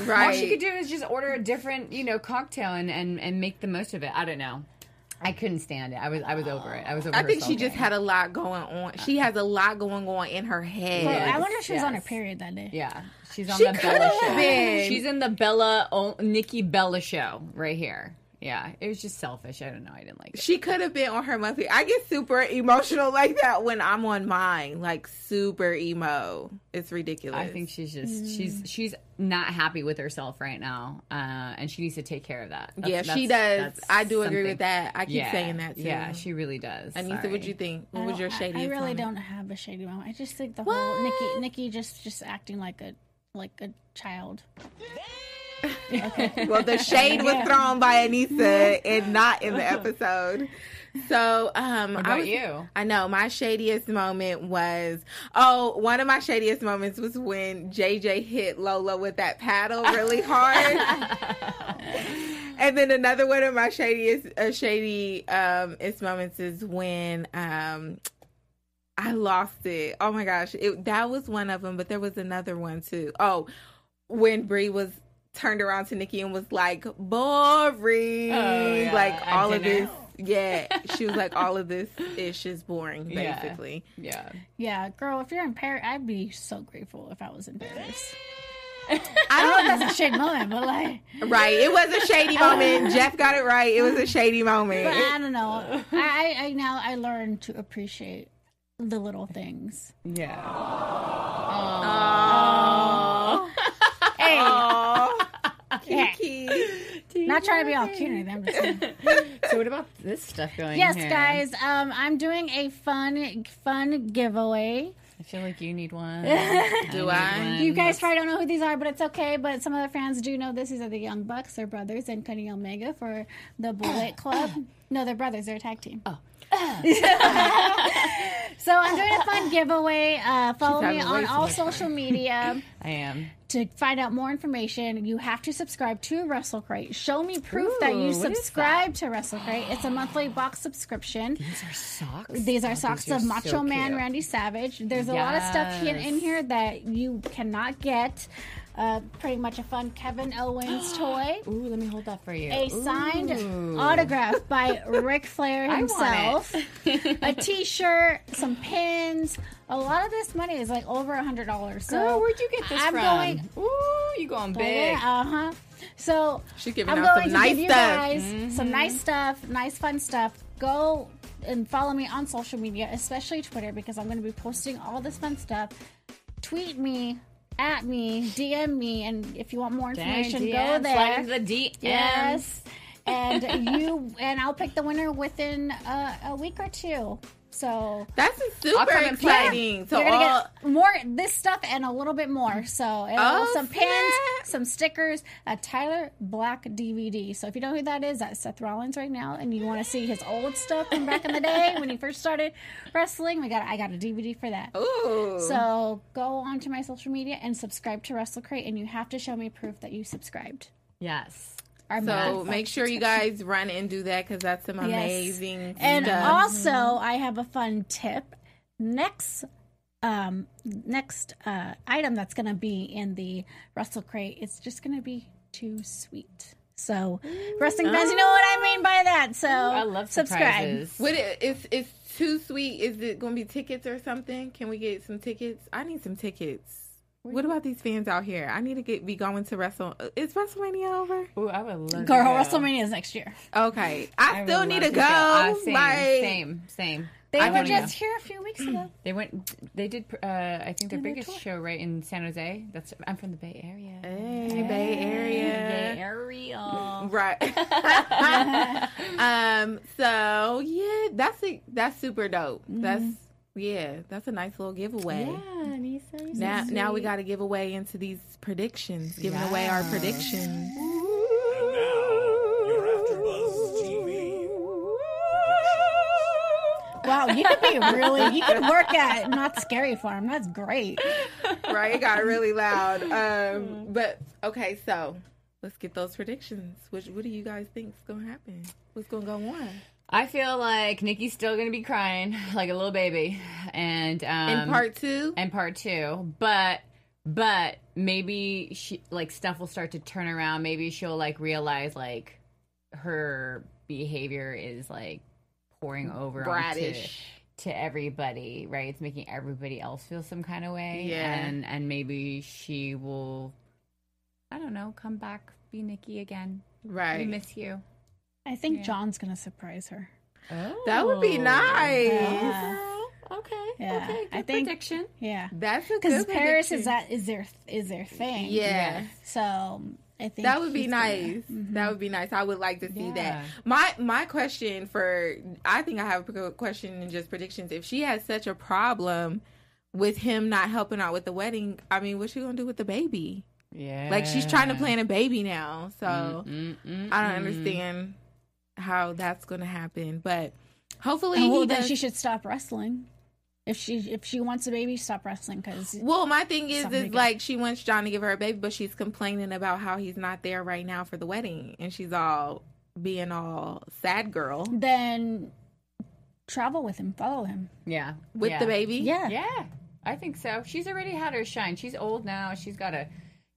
B: Right,
D: all she could do is just order a different, you know, cocktail and, and, and make the most of it. I don't know. I couldn't stand it. I was I was over it. I was over.
B: I
D: her
B: think she
D: sulking.
B: just had a lot going on. She has a lot going on in her head.
E: Well, I wonder if she was on her
D: yes.
E: period that day.
D: Yeah, she's on
B: She
D: the Bella
B: could've
D: show.
B: been.
D: She's in the Bella oh, Nikki Bella show right here. Yeah, it was just selfish. I don't know. I didn't like it.
B: She could have been on her monthly. I get super emotional like that when I'm on mine, like super emo. It's ridiculous.
D: I think she's just
B: Mm.
D: she's she's not happy with herself right now, uh, and she needs to take care of that. That's-
B: yeah, she
D: that's-
B: does.
D: that's
B: I do agree
D: something.
B: with that. I keep
D: Yeah,
B: saying that too.
D: Yeah, she really does.
B: Anissa,
D: Sorry.
B: what you think?
E: I
B: What was
E: don't-
B: your
E: I-
B: shady?
E: I really don't have a shady moment. I just think the whole Nikki Nikki just just acting like a like a child.
B: Well, the shade was
E: Yeah. Uh-huh.
B: thrown by Anissa and not in the episode. So, um,
D: What
B: I
D: about
B: was-
D: you?
B: I know my shadiest moment was oh, one of my shadiest moments was when JJ hit Lola with that paddle really hard. and then another one of my shadiest uh, shady um is moments is when um I lost it. Oh my gosh, it, that was one of them, but there was another one too. Oh, when Bree was turned around to Nikki and was like boring,
D: Oh, yeah,
B: like
D: at
B: all of
D: dinner.
B: this. Yeah, she was like, all of this ish is boring,
D: Yeah.
B: basically.
D: Yeah.
E: Yeah, girl, if you're in Paris, I'd be so grateful if I was in Paris.
B: I
E: I
B: don't
E: know that's a shady moment, but like,
B: Right, it was a shady moment. Jeff got it right. It was a shady moment.
E: but I don't know. I, I I now I learned to appreciate the little things.
D: Yeah.
E: Hey,
B: Aw,
E: yeah.
B: Kiki.
E: not trying to be all cute or anything. I'm just saying.
D: So what about this stuff going?
E: Yes,
D: here?
E: guys, um, I'm doing a fun fun giveaway.
D: I feel like you need one.
B: Do I?
E: You guys probably don't know who these are, but it's okay. But some of the fans do know this. These are the Young Bucks. They're brothers and Kenny Omega for the Bullet Club. No, they're brothers. They're a tag team. Oh. So I'm doing a fun giveaway. Uh, follow me
B: having way
E: on
B: too
E: all
B: much fun.
E: social media.
D: I am.
E: to find out more information, you have to subscribe to Wrestle Crate. Show me proof that
D: Ooh,
E: you
D: what is
E: subscribe to Wrestle Crate. It's a monthly box subscription.
D: These are socks.
E: These are socks of Macho Man Randy Savage. There's a lot of stuff in, in here that you cannot get. Uh, pretty much a fun Kevin Owens toy.
D: Ooh, let me hold that for you.
E: A signed
D: Ooh.
E: autograph by Ric Flair
D: I want
E: himself. a t-shirt, some pins. A lot of this money is like over a hundred dollars. So
D: Girl, where'd you get this
E: I'm
D: from?
E: going
D: Ooh, you going big?
E: uh huh. So
B: She's giving
E: I'm
B: out
E: going
B: some
E: to
B: nice
E: give you
B: stuff. Mm-hmm.
E: guys some nice stuff, nice fun stuff. Go and follow me on social media, especially Twitter, because I'm going to be posting all this fun stuff. Tweet me, at me, DM me, and if you want more information, go
D: DMs, slide
E: there.
D: into the DMs.
E: Yes. and you and I'll pick the winner within uh, a week or two. So
B: That's
D: I'll
B: super
D: come and play.
B: exciting. So
E: you're gonna
B: all
E: get more this stuff and a little bit more. So and
B: Oh,
E: some pins,
B: snap.
E: some stickers, a Tyler Black DVD. So if you know who that is, that's Seth Rollins right now, and you want to see his old stuff from back in the day when he first started wrestling. We got I got a DVD for that.
B: ooh.
E: So go on to my social media and subscribe to Wrestle Crate, and you have to show me proof that you subscribed.
D: Yes.
E: Our
B: So
E: monthly
B: make sure you guys run and do that because that's some
E: Yes.
B: amazing
E: And
B: stuff.
E: also, I have a fun tip. Next, um, next uh, item that's going to be in the Russell crate is just going to be too sweet. So, wrestling fans, you know what I mean by that. So,
D: I love
E: Oh, subscribe.
D: surprises.
B: What it, it's it's too sweet. Is it going to be tickets or something? Can we get some tickets? I need some tickets. What about these fans out here? I need to get be going to Wrestle. Is WrestleMania over?
D: Ooh, I would love
E: Girl,
D: to go.
E: WrestleMania is next year.
B: Okay,
D: I
B: I,
D: would
B: still need
D: love
B: to go.
D: Ah, same,
B: like,
D: same, same.
E: They
D: I
E: were
D: wanna
E: just
D: go.
E: here a few weeks ago.
D: They went. They did. Uh, I think their
E: Did their
D: biggest
E: tour.
D: show right in San Jose. That's. I'm from the Bay Area.
B: Hey, Bay Area.
D: Bay Area.
B: Right. um. So yeah, that's a, that's super dope. That's yeah, that's a nice little giveaway. Now, now we got to give away into these predictions, giving away our predictions.
C: And now, your AfterBuzz TV.
E: Wow, you could be really, you could work at Not Scary Farm. That's great.
B: right, it got really loud. Um, but okay, so let's get those predictions. Which, what do you guys think's gonna happen? What's gonna go on?
D: I feel like Nikki's still gonna be crying like a little baby, and um,
B: In part two,
D: and part two, but but maybe she like stuff will start to turn around. Maybe she'll like realize like her behavior is like pouring over onto,
B: Bratish.
D: to everybody, right? It's making everybody else feel some kind of way,
B: Yeah.
D: and and maybe she will, I don't know, come back, be Nikki again. We
B: right?
D: miss you.
E: I think John's going to surprise her. Uh,
D: Oh,
B: that would be nice.
D: Okay,
E: Yeah,
D: okay, good
E: I think-
D: prediction.
E: Yeah.
B: That's a
E: Because
B: good
E: Paris is
B: prediction.
E: that is their is their thing.
B: Yeah.
E: So I think
B: That would be
E: he's gonna- Mm-hmm.
B: nice. That would be nice. I would like to see
D: Yeah.
B: that. My my question for I think I have a good question and just predictions. If she has such a problem with him not helping out with the wedding, I mean, what's she gonna do with the baby?
D: Yeah,
B: Like she's trying to plan a baby now, so I don't understand how that's gonna happen. But hopefully,
E: Oh,
B: he
E: well, then
B: does-
E: she should stop wrestling. If she if she wants a baby, stop wrestling because
B: Well, my thing is,
E: Something to
B: is
E: get-
B: like she wants John to give her a baby, but she's complaining about how he's not there right now for the wedding, and she's all being all sad girl
E: then travel with him, follow him.
D: yeah,
B: with the
D: yeah.
B: baby.
E: Yeah.
D: Yeah, I think so. She's already had her shine. She's old now. She's got to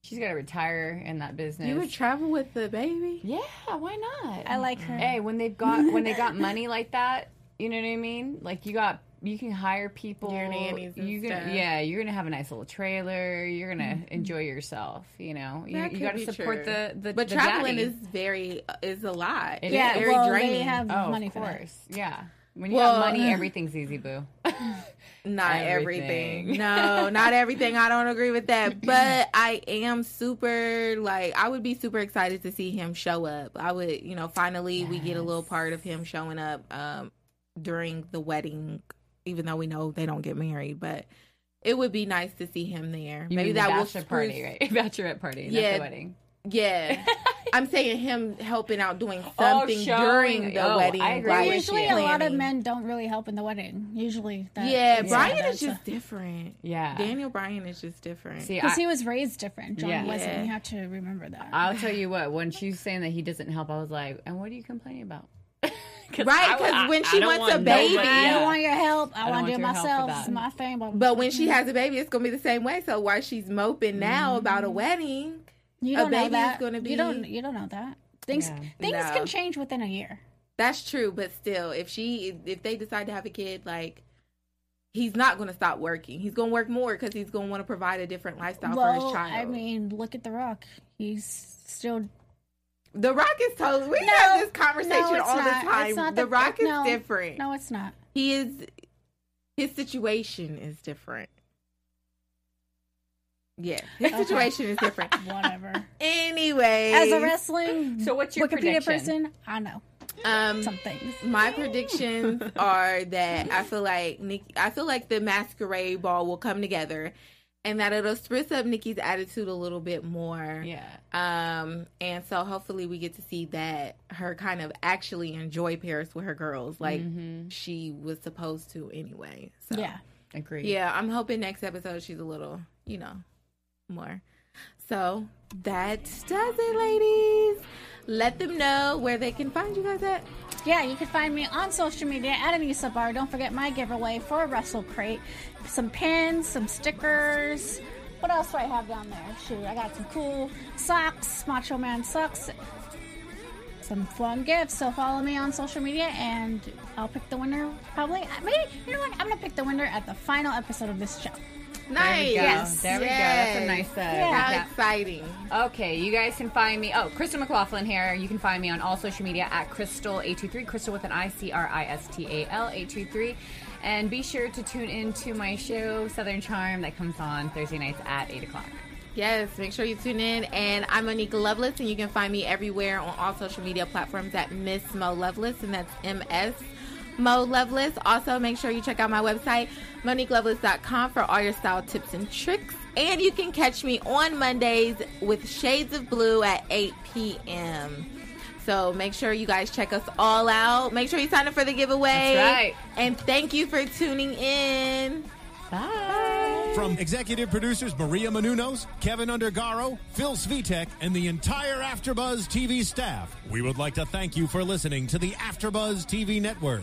D: she's got to retire in that business.
B: you would travel with the baby.
D: yeah, why not?
E: I like her.
D: Hey, when they've got when they got money like that, you know what I mean? Like you got you can hire people.
B: Your nannies and
D: you can,
B: stuff. Mm-hmm.
D: Yeah, you're gonna have a nice little trailer. You're gonna enjoy yourself. You know, you,
B: That
D: you
B: could
D: got to
B: be
D: support
B: true.
D: the the.
B: But
D: the
B: traveling
D: daddy.
B: is very is a lot.
D: It
B: It's
E: yeah,
D: is.
B: very
E: well,
B: draining.
E: they have
D: oh,
E: money
D: of
E: for that.
D: course. Yeah, when you
B: Well,
D: got money, everything's easy, boo.
B: not
D: everything.
B: everything. No, not everything. I don't agree with that. But I am super like I would be super excited to see him show up. I would, you know, finally we get a little part of him showing up um during the wedding, even though we know they don't get married, but it would be nice to see him there.
D: You
B: Maybe
D: mean
B: that
D: the
B: will
D: bachelor
B: spruce-
D: party, right? Bachelorette party, not
B: Yeah.
D: the wedding.
B: Yeah. I'm saying him helping out doing something
D: Oh, showing-
B: during the
D: oh,
B: wedding.
D: I agree
B: like,
D: with
E: Usually,
D: you.
E: a lot of
B: planning.
E: men don't really help in the wedding. Usually, that,
B: Yeah,
E: it's
B: Brian
E: not
B: is
E: that,
B: just different.
D: Yeah.
B: Daniel Bryan is just different.
D: See,
E: because
D: I,
E: he was raised different. John
D: Yeah.
E: wasn't.
B: Yeah.
E: You have to remember that.
D: I'll tell you what. When she's saying that he doesn't help, I was like, "And what are you complaining about?"
B: Right, 'cause when she wants a baby-
E: I don't want your help. I,
D: don't
E: want to do
D: want
E: it
D: your help for
E: myself.
D: that.
E: It's my family.
B: but when she has a baby, it's gonna be the same way. So why she's moping now about a
E: Mm-hmm.
B: wedding? a
E: you don't know
B: baby is
E: that,
B: gonna
E: you don't
B: be-
E: you don't know that things
D: Yeah.
E: things
B: No.
E: can change within a year.
B: That's true, but still, if she if they decide to have a kid, like he's not gonna stop working. He's gonna work more because he's gonna want to provide a different lifestyle for his
E: well,
B: child.
E: I mean, look at The Rock. He's still
B: The Rock is totally. We have this conversation
E: no, it's
B: all
E: not.
B: the time.
E: It's not
B: the
E: that-
B: Rock is
E: no.
B: different.
E: no, it's not.
B: He is. His situation is different. Yeah, his
E: Okay.
B: situation is different.
E: Whatever.
B: Anyway,
E: As a wrestling,
D: So what's your prediction?
E: Wikipedia person? I know
B: um,
E: some things.
B: my predictions are that I feel like Nikki, I feel like the masquerade ball will come together, and that it'll spruce up Nikki's attitude a little bit more.
D: Yeah.
B: Um, and so hopefully we get to see that her kind of actually enjoy Paris with her girls, like she was supposed to anyway. So
E: Mm-hmm. Yeah.
D: Agree.
B: yeah, I'm hoping next episode she's a little, you know, more. So that does it, ladies. Let them know where they can find you guys at.
E: Yeah, you can find me on social media at Anissa Bar. Don't forget my giveaway for Wrestle Crate. Some pins, some stickers. What else do I have down there? Shoot, I got some cool socks, Macho Man socks, some fun gifts. So follow me on social media and I'll pick the winner probably. uh, Maybe, you know what? I'm going to pick the winner at the final episode of this show.
B: Nice.
D: There we go.
E: Yes.
D: There we go. That's a
B: Yes.
D: nice. Uh,
E: Yeah.
B: How
D: recap.
B: exciting.
D: Okay, you guys can find me. Oh, Crystal McLaughlin here. You can find me on all social media at Crystal823, Crystal with an I, C R I S T A L 823. And be sure to tune in to my show, Southern Charm, that comes on Thursday nights at 8 o'clock.
B: Yes, make sure you tune in. And I'm Monika Lovelace, and you can find me everywhere on all social media platforms at Miss Mo Lovelace, and that's MS Mo Lovelace. Also, make sure you check out my website, MoniqueLovelace.com, for all your style tips and tricks. And you can catch me on Mondays with Shades of Blue at 8 p.m. So make sure you guys check us all out. Make sure you sign up for the giveaway.
D: That's right.
B: And thank you for tuning in.
D: Bye.
C: From executive producers Maria Manunos, Kevin Undergaro, Phil Svitek, and the entire AfterBuzz TV staff, we would like to thank you for listening to the AfterBuzz TV network.